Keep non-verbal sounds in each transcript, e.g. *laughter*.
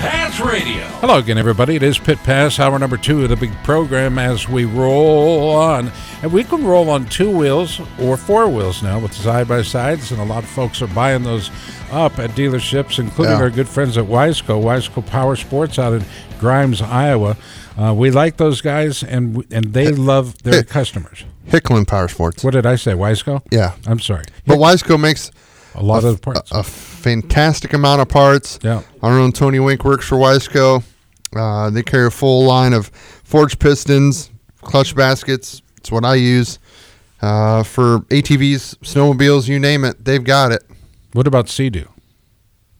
Pass Radio. Hello again, everybody. It is Pit Pass, hour number two of the big program as we roll on. And we can roll on two wheels or four wheels now with side by sides, and a lot of folks are buying those up at dealerships, including Yeah. our good friends at Wiseco, Wiseco Power Sports out in Grimes, Iowa. Uh, we like those guys, and w- and they love their customers. Hicklin Power Sports. What did I say, Wiseco? Yeah. I'm sorry. But Wiseco makes A lot a, of the parts. a fantastic amount of parts. Yeah. Our own Tony Wink works for Wiseco. Uh, they carry a full line of forged pistons, clutch baskets. It's what I use uh, for ATVs, snowmobiles, you name it. They've got it. what about Sea-Doo?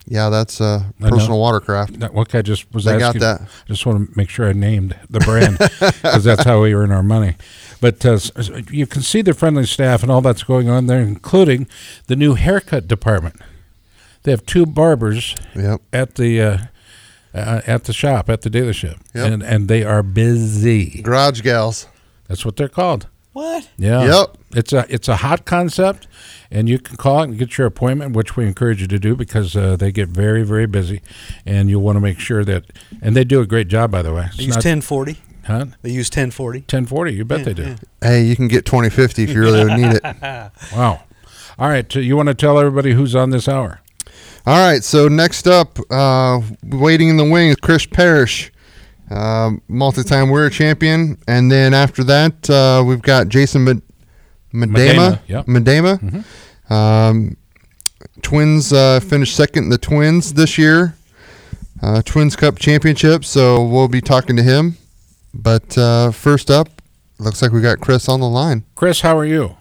Yeah, that's uh, I know. personal watercraft. That, okay, I just was They got asking. that. I just want to make sure I named the brand because that's how we earn our money. But uh, s- s- you can see the friendly staff and all that's going on there, including the new haircut department. They have two barbers Yep. at the uh, uh, at the shop at the dealership, Yep. and and they are busy. Garage gals. That's what they're called. What? Yeah. Yep. It's a it's a hot concept, and you can call it and get your appointment, which we encourage you to do because uh, they get very very busy, and you want to make sure that and they do a great job by the way. It's They use 1040. huh? They use 1040. Ten forty. You bet they do. Hey, you can get 2050 if you really *laughs* need it. Wow. All right. So you want to tell everybody who's on this hour? All right, so next up, uh, waiting in the wings, Chris Parrish, uh, multi-time world champion, and then after that, uh, we've got Jason Med- Medema. Medema, yep. Medema. Um, twins uh, finished second in the Twins this year, uh, Twins Cup Championship. So we'll be talking to him. But uh, first up, looks like we got Chris on the *laughs* line. Chris, how are you?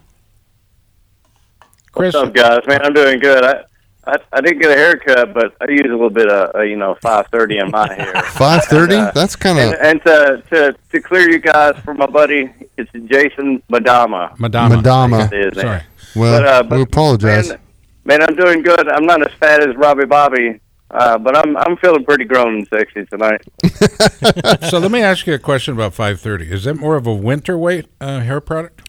Chris, What's up, guys? Man, I'm doing good. I, I I didn't get a haircut, but I use a little bit of uh, you know 530 in my *laughs* hair. Five thirty. And, uh, That's kind And, of and to, to to clear you guys for my buddy, it's Jason Madama. Madama. Madama. Is his name. Sorry. Well, But, uh, but, Uh, we apologize. Man, man, I'm doing good. I'm not as fat as Robbie Bobby, uh, but I'm I'm feeling pretty grown and sexy tonight. so let me ask you a question about five thirty. Is that more of a winter weight uh, hair product?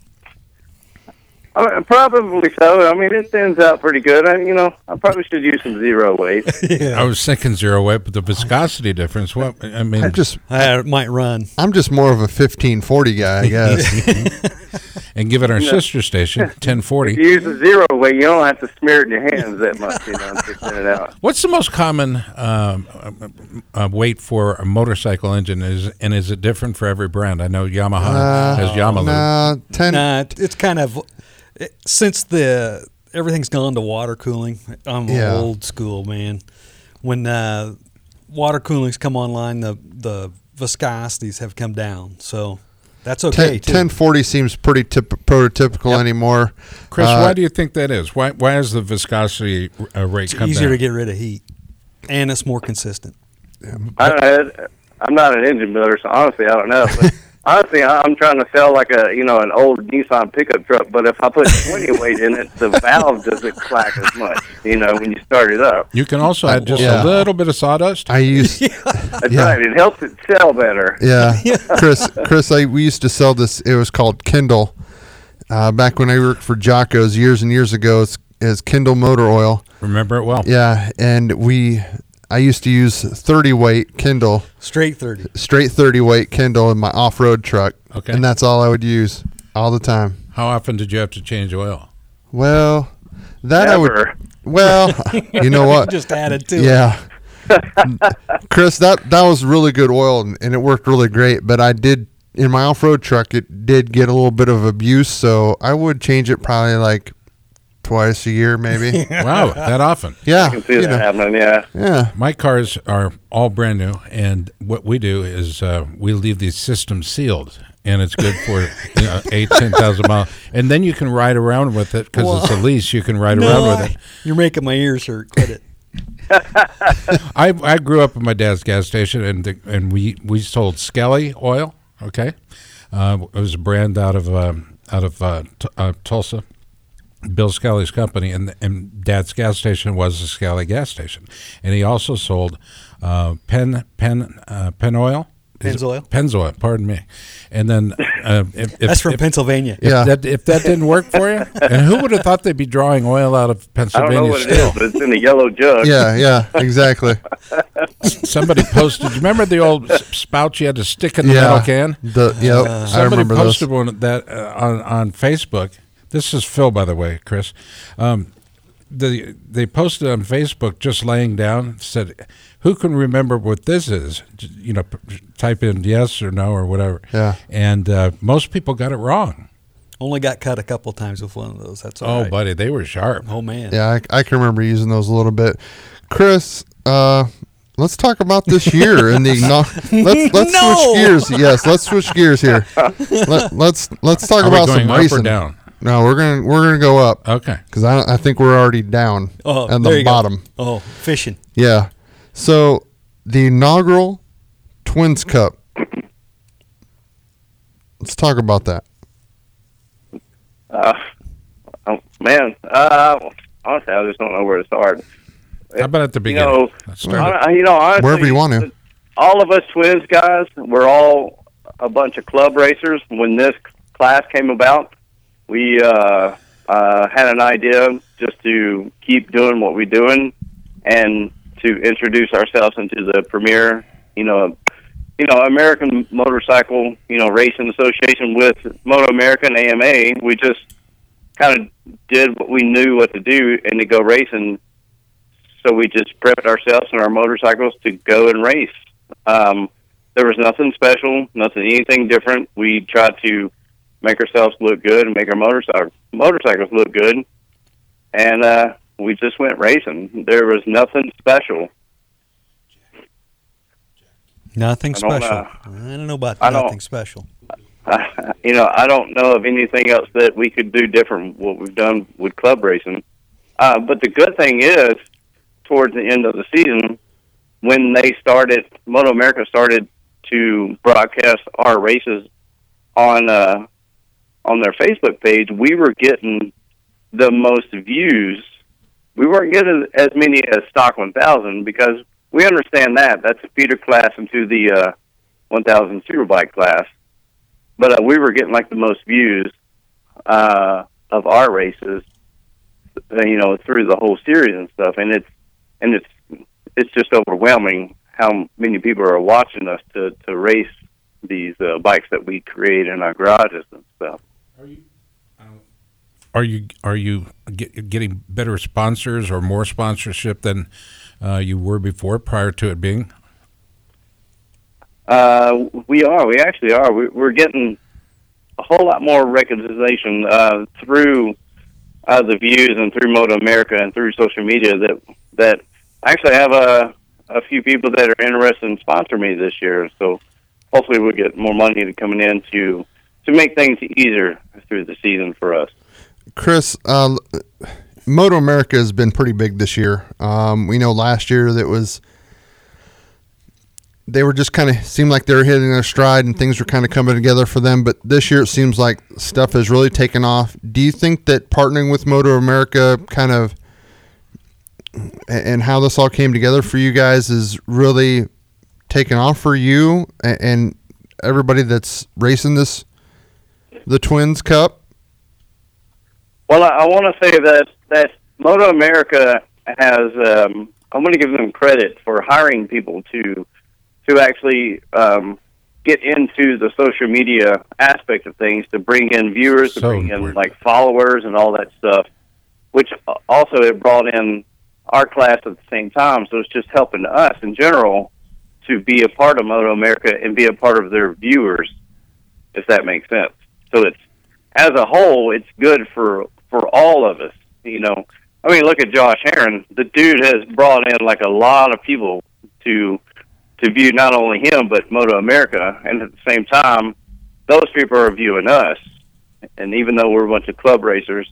I mean, probably so. I mean, it thins out pretty good. I, you know, I probably should use some zero weight. I was thinking zero weight, but the viscosity difference. What I mean, I just I might run. I'm just more of a fifteen forty guy, I guess. and give it our sister station 1040 You use a zero weight. You don't have to smear it in your hands that much. You know, to thin it out. what's the most common um, uh, uh, weight for a motorcycle engine is and is it different for every brand i know yamaha has yamalu Uh, nah, ten. Nah, it- it's kind of it, since the everything's gone to water cooling. I'm Yeah. old school, man. When uh, water coolings come online, the the viscosities have come down, so that's ten- okay too. 1040 seems pretty typ- prototypical anymore. chris Uh, why do you think that is why why has the viscosity uh, rate it's come easier down? to get rid of heat, and it's more consistent. I don't know. I'm not an engine builder, so honestly, I don't know. *laughs* But honestly, I- I'm trying to sell like a you know an old Nissan pickup truck, but if I put 20 weight in it, the valve doesn't clack as much. You know, when you start it up, you can also add just Yeah. a little bit of sawdust I *laughs* used, that's Yeah. right. It helps it sell better. yeah, Chris. Chris, I we used to sell this. It was called Kindle. Uh, back when I worked for Jocko's years and years ago, it's, it's Kindle motor oil. remember it well Yeah, and we, I used to use 30 weight Kindle, Straight thirty. straight 30 weight Kindle in my off road truck. Okay. and that's all I would use all the time. how often did you have to change oil Well, that I would. *laughs* Never. *laughs* Well, you know what? Just added to it. Yeah. Chris, that that was really good oil and, and it worked really great, but I did in my off-road truck it did get a little bit of abuse, so I would change it probably like twice a year *laughs* maybe. *laughs* wow that often yeah. You can see you that know, happening. Yeah. yeah. Uh, my cars are all brand new, and what we do is uh, we leave the system sealed, and it's good for you know, eight, ten thousand miles, and then you can ride around with it because it's a lease. You can ride No, around with I- it. you're making my ears hurt. Quit it. I I grew up in my dad's gas station, and the, and we we sold Skelly oil. Okay, uh, it was a brand out of um, out of uh, t- uh, Tulsa, Bill Skelly's company, and and Dad's gas station was a Skelly gas station, and he also sold uh, pen pen uh, pen oil. Pennzoil. Pennzoil, pardon me, and then uh, if, if, That's from if- Pennsylvania. if Yeah. that, if that didn't work for you, and who would have thought they'd be drawing oil out of I don't Pennsylvania? know what it still? is, but it's in a yellow jug. Yeah, yeah, *laughs* exactly. Somebody posted. You remember the old s- spout you had to stick in the yeah, metal can? The, yep, I Somebody remember those. posted one that uh, on on Facebook. This is Phil, by the way, Chris. Um, the they posted on Facebook just laying down. Said, "Who can remember what this is?" J- You know, p- type in yes or no or whatever. Yeah. And uh, most people got it wrong. Only got cut a couple times with one of those. That's all Oh, right. buddy, they were sharp. Oh man. Yeah, I, I can remember using those a little bit. Chris, uh, let's talk about this year and the igno- let's let's No! switch gears. Yes, let's switch gears here. Let, let's let's talk Are we about going some up or racing. down? Oh. No, we're gonna we're gonna go up Okay. because I don't- I think we're already down Oh, at there the you go. bottom. Oh, fishing. Yeah. So the inaugural Twins Cup. Let's talk about that. Uh, Oh, man, uh, honestly, I just don't know where to start. How about at the You beginning? know, Let's start it. hon- you know, honestly, Wherever you want to. All of us twins guys, we're all a bunch of club racers. When this class came about, we uh, uh, had an idea just to keep doing what we're doing and to introduce ourselves into the premier, you know, you know, American Motorcycle, you know, Racing Association with Moto American AMA. We just kind of did what we knew what to do and to go racing. So we just prepped ourselves and our motorcycles to go and race. Um, there was nothing special, nothing anything different. We tried to make ourselves look good and make our motorcycle motorcycles look good, and uh, we just went racing. There was nothing special. Nothing I don't, special. uh, I don't know about I don't- nothing special. *laughs* you know, I don't know of anything else that we could do different what we've done with club racing. Uh, but the good thing is, towards the end of the season, when they started, Moto America started to broadcast our races on uh, on their Facebook page. We were getting the most views. We weren't getting as many as Stock 1000 because we understand that that's a feeder class into the uh, 1000 Superbike class but uh, we were getting like the most views uh, of our races, uh, you know, through the whole series and stuff. And it's and it's it's just overwhelming how many people are watching us to to race these uh, bikes that we create in our garages and stuff. Are you are you get, getting better sponsors or more sponsorship than uh, you were before prior to it being? Uh, we are. We actually are. We, we're getting a whole lot more recognition uh, through uh, the views and through Moto America and through social media. That that I actually have a a few people that are interested in sponsoring me this year. So hopefully we'll get more money to coming in to to make things easier through the season for us. Chris, uh, Moto America has been pretty big this year. Um, we know last year that was they were just kind of seemed like they were hitting their stride and things were kind of coming together for them. But this year it seems like stuff has really taken off. Do you think that partnering with Moto America kind of a- and how this all came together for you guys is really taken off for you a- and everybody that's racing this the Twins Cup? Well, I, I want to say that that Moto America has. Um, I'm going to give them credit for hiring people to to actually um, get into the social media aspect of things to bring in viewers, to So bring in important. like followers and all that stuff. Which uh, also it brought in our class at the same time, so it's just helping us in general to be a part of Moto America and be a part of their viewers, if that makes sense. So it's as a whole, it's good for for all of us. You know, I mean, look at Josh Heron. The dude has brought in like a lot of people to to view not only him but Moto America, and at the same time, those people are viewing us. And even though we're a bunch of club racers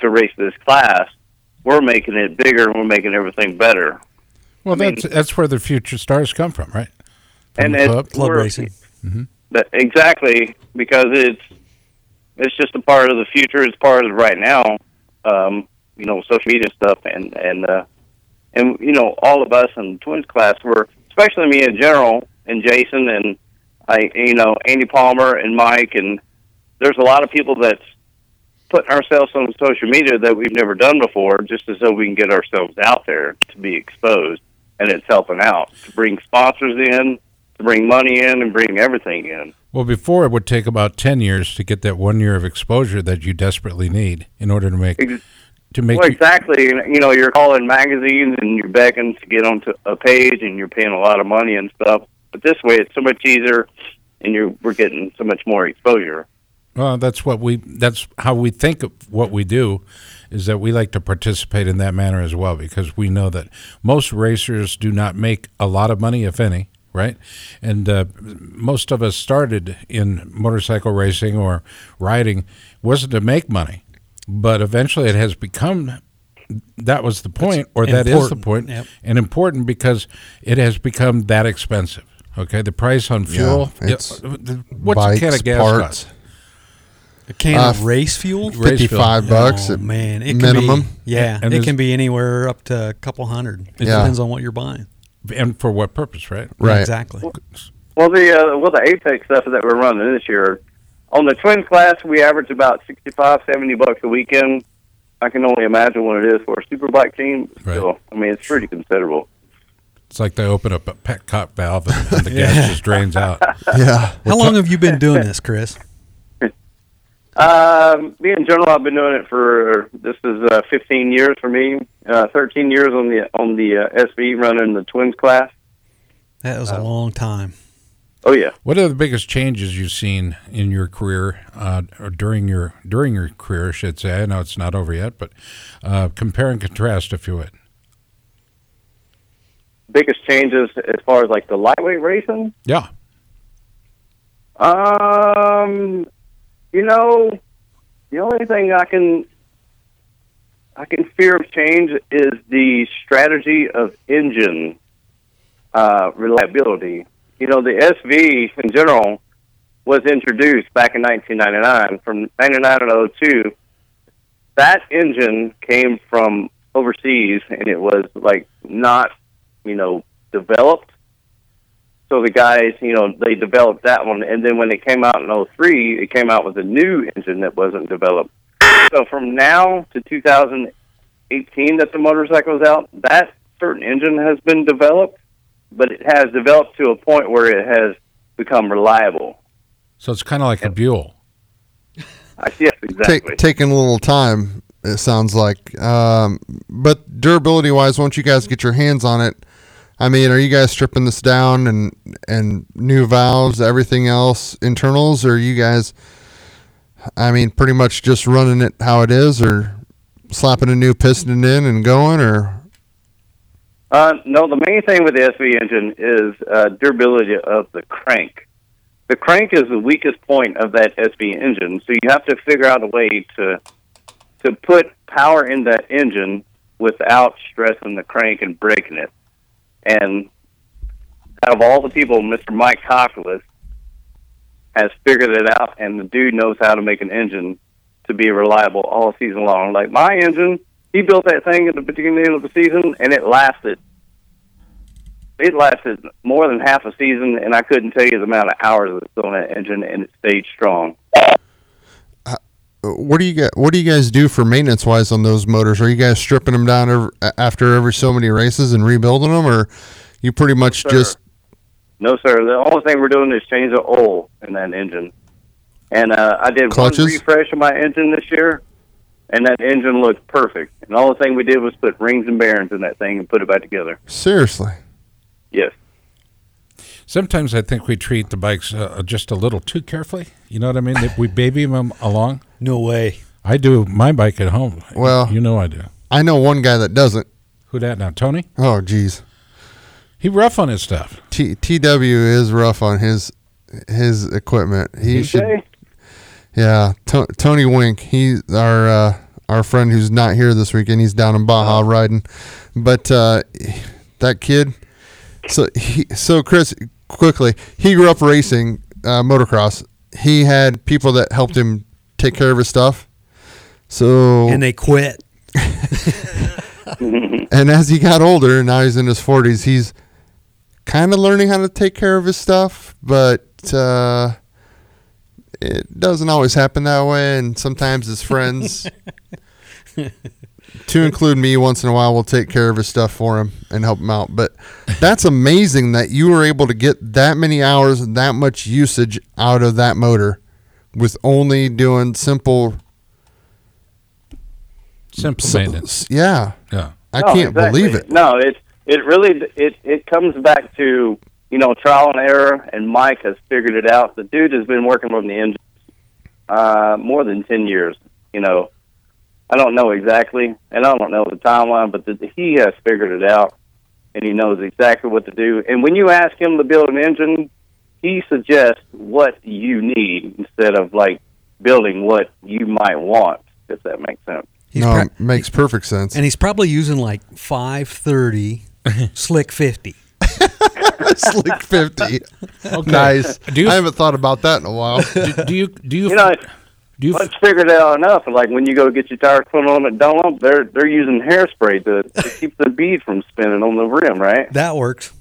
to race this class, we're making it bigger and we're making everything better. Well, I mean- that's that's where the future stars come from, right? From and the it's club. Club we're- racing. That, exactly, because it's it's just a part of the future. It's part of right now. Um, you know, social media stuff, and and uh, and you know, all of us in the twins class were, especially me in general, and Jason, and I, you know, Andy Palmer and Mike, and there's a lot of people that's putting ourselves on social media that we've never done before, just as though we can get ourselves out there to be exposed, and it's helping out to bring sponsors in, to bring money in, and bring everything in. Well, before it would take about ten years to get that one year of exposure that you desperately need in order to make Ex- to make Well, you- exactly. You know, you're calling magazines and you're begging to get onto a page, and you're paying a lot of money and stuff. But this way, it's so much easier, and you're we're getting so much more exposure. Well, that's what we. That's how we think of what we do, is that we like to participate in that manner as well because we know that most racers do not make a lot of money, if any, right? And uh, most of us started in motorcycle racing or riding wasn't to make money, but eventually it has become. That was the point, or that is the important, point, yep. and important because it has become that expensive. Okay, the price on fuel. Yeah, it's what's a can Bikes, of gas parts. cost? A can of Uh, race fuel? Race Fifty-five Oh, bucks, at man, it minimum. Can be, yeah, And there's- it can be anywhere up to a couple hundred. It Yeah. depends on what you're buying. and for what purpose, right? right? Exactly. Well, the uh, well the Apex stuff that we're running this year, on the twin class we average about sixty five seventy bucks a weekend. I can only imagine what it is for a superbike team. Right. So I mean, it's pretty considerable. It's like they open up a pet cop valve and, and the gas just drains out. Yeah, How long have you been *laughs* doing this, Chris? Um, me and General, I've been doing it for this is uh, 15 years for me. Uh, 13 years on the on the uh, SV running the twins class. That Uh, was a long time. Oh yeah, What are the biggest changes you've seen in your career, uh, or during your during your career, I should say? I know it's not over yet, but uh, compare and contrast, if you would. biggest changes as far as like the lightweight racing. Yeah, Um, you know, the only thing I can I can fear of change is the strategy of engine uh, reliability. You know, the SV in general was introduced back in 1999. From 99 to 02, that engine came from overseas, and it was like not, you know, developed so the guys, you know, they developed that one, and then when it came out in '03, it came out with a new engine that wasn't developed. So from now to 2018, that the motorcycle's out, that certain engine has been developed, but it has developed to a point where it has become reliable. so it's kind of like a Buell. I yes, exactly. Take, taking a little time. It sounds like, um, but durability wise, once you guys get your hands on it, I mean, are you guys stripping this down and and new valves, everything else, internals, or are you guys? I mean, pretty much just running it how it is, or slapping a new piston in and going, or Uh, no, the main thing with the SV engine is uh, durability of the crank. The crank is the weakest point of that SV engine, so you have to figure out a way to to put power in that engine without stressing the crank and breaking it. And out of all the people, Mr. Mike Cockless has figured it out, and the dude knows how to make an engine to be reliable all season long. Like my engine, he built that thing at the beginning of the season, and it lasted. It lasted more than half a season, and I couldn't tell you the amount of hours that's on that engine, and it stayed strong. Uh, what do you get? What do you guys do for maintenance wise on those motors? Are you guys stripping them down ev- a- after every so many races and rebuilding them, or you pretty much Sure. just No, sir. The only thing we're doing is change the oil in that engine. And uh, I did Clutches? one refresh of my engine this year, and that engine looked perfect. And all the thing we did was put rings and bearings in that thing and put it back together. seriously? Yes. Sometimes I think we treat the bikes uh, just a little too carefully. You know what I mean? That we baby them along. No way. I do my bike at home. Well- you know I do. I know one guy that doesn't. Who that now? Tony? Oh, geez. He rough on his stuff. T- TW is rough on his his equipment. He should. Okay. Yeah, to- Tony Wink. He's our Oh. uh, our friend who's not here this weekend. He's down in Baja riding, but uh, that kid. So he, so Chris, quickly, he grew up racing uh, motocross. He had people that helped him take care of his stuff. So and they quit. and as he got older, now he's in his 40s, he's kind of learning how to take care of his stuff, but uh, it doesn't always happen that way. And sometimes his *laughs* friends, to include me once in a while, will take care of his stuff for him and help him out. But that's amazing that you were able to get that many hours and that much usage out of that motor with only doing simple. Simple maintenance. Yeah. Yeah. I No, can't Oh, exactly. believe it. No, it it really it it comes back to you know trial and error, and Mike has figured it out. The dude has been working on the engine uh, more than ten years. You know, I don't know exactly, and I don't know the timeline, but the, he has figured it out, and he knows exactly what to do. And when you ask him to build an engine, he suggests what you need instead of like building what you might want. If that makes sense. He's no, pra- it makes perfect sense. and he's probably using like 530 slick 50. Slick 50. Nice. Do you- I haven't thought about that in a while. Do, do you do you, You know. do you Let's figure it out enough. Like when you go get your tires put on at Dunlop, they're they're using hairspray to, to keep the bead from spinning on the rim, right? That works.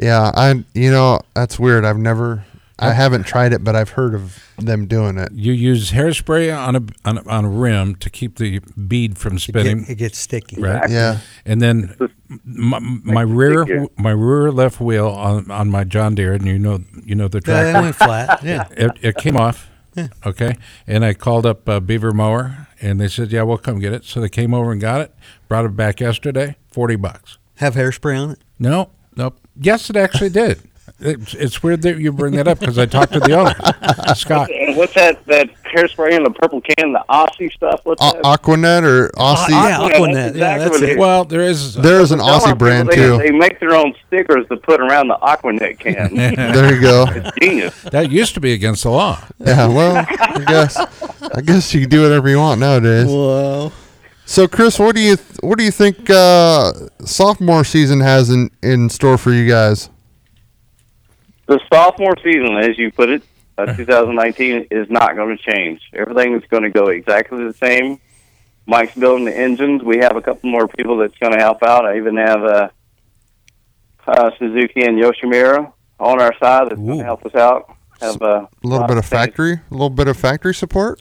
yeah, I you know, that's weird. I've never I haven't tried it, but I've heard of them doing it. you use hairspray on a on a, on a rim to keep the bead from It, spinning? it gets sticky. right? Yeah. And then my, my rear stickier. my rear left wheel on, on my John Deere, and you know you know the Yeah, track. it went flat. Yeah. it, it came off. Okay. And I called up uh, Beaver Mower, and they said, "Yeah, we'll come get it." So they came over and got it. Brought it back yesterday. Forty bucks. Have hairspray on it. No, nope. Yes, it actually did. It's, it's weird that you bring that up because I talked to the owner, Scott. And what's that that hairspray in the purple can, the Aussie stuff? What's A- that? Aquanet or Aussie. Uh, yeah, Yeah, Aquanet. that's yeah, exactly that's what it. it Well, there is. There's an Dunlop Aussie people, brand they, too. They make their own stickers to put around the *laughs* Aquanet can. There you go. Genius. uh, *laughs* That used to be against the law. Yeah, well, I guess I guess you can do whatever you want nowadays. Whoa. So Chris, what do you what do you think uh, sophomore season has in, in store for you guys? The sophomore season, as you put it, uh, 2019 is not going to change. Everything is going to go exactly the same. Mike's building the engines. We have a couple more people that's going to help out. I even have uh, uh, Suzuki and Yoshimura on our side that's going Ooh. to help us out. Have uh, A little lot bit of things. factory, a little bit of factory support.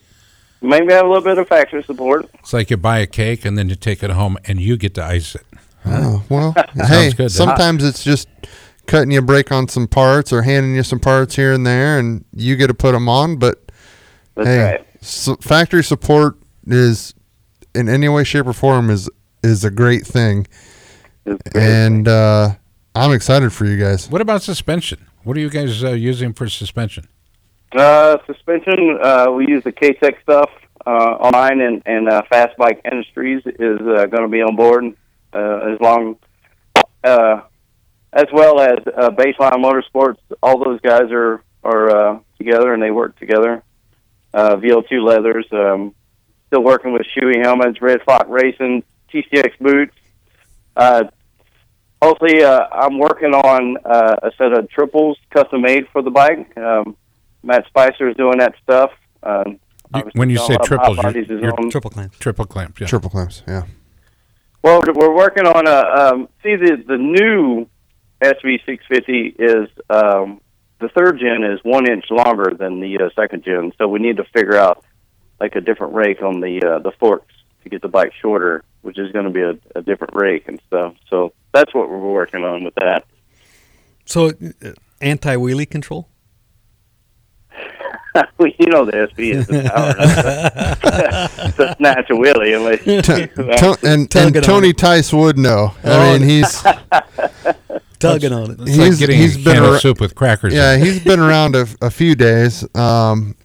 Maybe have a little bit of factory support. It's like you buy a cake and then you take it home and you get to ice it. Oh, well, *laughs* hey, good, doesn't it? sometimes it's just cutting you a break on some parts or handing you some parts here and there, and you get to put them on. But That's hey, right. su- factory support is in any way, shape, or form is is a great thing, It's great. and uh, I'm excited for you guys. What about suspension? What are you guys uh, using for suspension? Uh, suspension, uh, we use the K-Tech stuff. Uh, online and, and uh, Fast Bike Industries is uh, going to be on board uh, as long uh, as well as uh, Baseline Motorsports. All those guys are are uh, together and they work together. Uh, VL2 Leathers, um, still working with Shoei Helmets, Red Fox Racing, TCX Boots. Uh, hopefully, uh, I'm working on uh, a set of triples custom made for the bike. Um, Matt Spicer is doing that stuff. Um, You- when you say obviously, triples, Hot you're- Bodies is you're on- Triple clamp. Triple clamp. Yeah. Triple clamps, yeah. well, we're- we're working on a um, see the the new SV650 is um, the third gen is one inch longer than the uh, second gen, so we need to figure out like a different rake on the uh, the forks to get the bike shorter, which is going to be a, a different rake and stuff. So that's what we're working on with that. *laughs* So uh, anti wheelie *laughs* control? you know the SV is the power. *laughs* it's a snatch a wheelie unless you T- to- and Tug and it on Tony it. Tice would know. Oh, I *laughs* mean, he's Tugging on it. It's like he's, getting he's a been can around. of soup with crackers. in it. Yeah, he's been around a, a few days, um,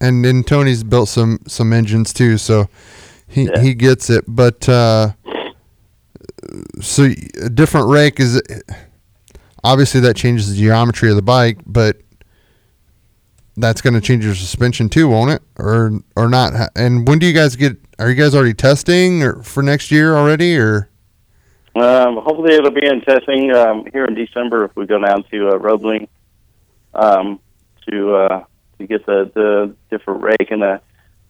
and then Tony's built some some engines too, so he he gets it. But uh, so y- a different rake is obviously that changes the geometry of the bike, but that's going to change your suspension too, won't it? Or or not? H- And when do you guys get? Are you guys already testing or for next year already? Or Um, hopefully, it'll be in testing um, here in December if we go down to uh, Roebling um, to uh, to get the, the different rake and the.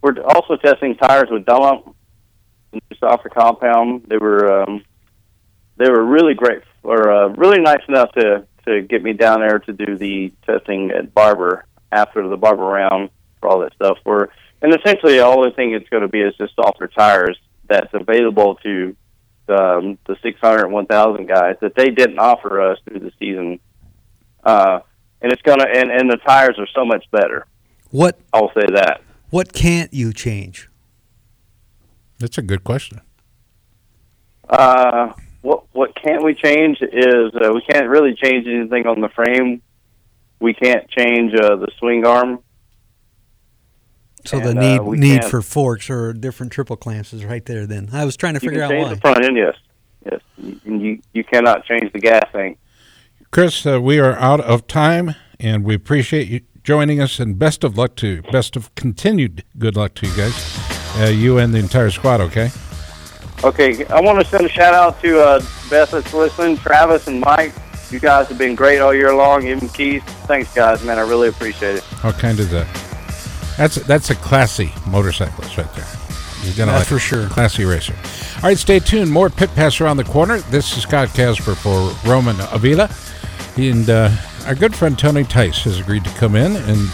We're also testing tires with Dunlop, the new softer compound. They were um, they were really great or uh, really nice enough to to get me down there to do the testing at Barber after the Barber round for all that stuff. We're and essentially all the thing it's going to be is just softer tires that's available to um, the 600 1000 guys that they didn't offer us through the season uh, and it's gonna and, and the tires are so much better What i'll say that what can't you change? That's a good question. uh, what what can't we change is uh, we can't really change anything on the frame we can't change uh, the swing arm So the And, uh, need we need can't- for forks or different triple clamps is right there. Then I was trying to you figure out can change why. the front end yes yes you, you, you cannot change the gas thing Chris, uh, we are out of time, and we appreciate you joining us. And best of luck to best of continued good luck to you guys, uh, you and the entire squad. Okay. Okay, I want to send a shout out to uh, Beth that's listening, Travis and Mike. You guys have been great all year long, even Keith. Thanks, guys, man. I really appreciate it. How kind of that. That's that's a classy motorcyclist right there. You're gonna That's like for it. sure. Classy racer. All right, stay tuned. More pit pass around the corner. This is Scott Casper for Roman Avila, and uh, our good friend Tony Tice has agreed to come in, and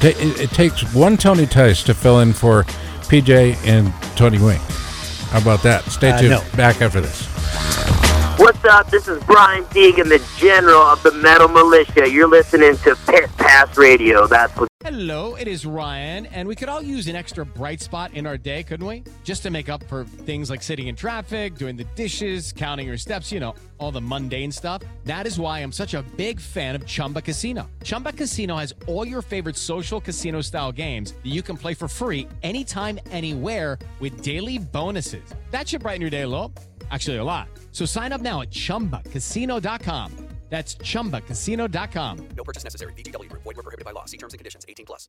ta- it, it takes one Tony Tice to fill in for PJ and Tony Wing. How about that? Stay Uh, tuned. no. Back after this. What's up? This is Brian Deegan, the general of the Metal Militia. You're listening to Pit Pass Radio. That's what. Hello, it is Ryan, and we could all use an extra bright spot in our day, couldn't we? Just to make up for things like sitting in traffic, doing the dishes, counting your steps, you know, all the mundane stuff. That is why I'm such a big fan of Chumba Casino. Chumba Casino has all your favorite social casino style games that you can play for free anytime, anywhere with daily bonuses. That should brighten your day a little. Actually, a lot. So sign up now at chumbacasino.com. That's chumbacasino.com. No purchase necessary. VGW Group. Void were prohibited by law. See terms and conditions. 18 plus.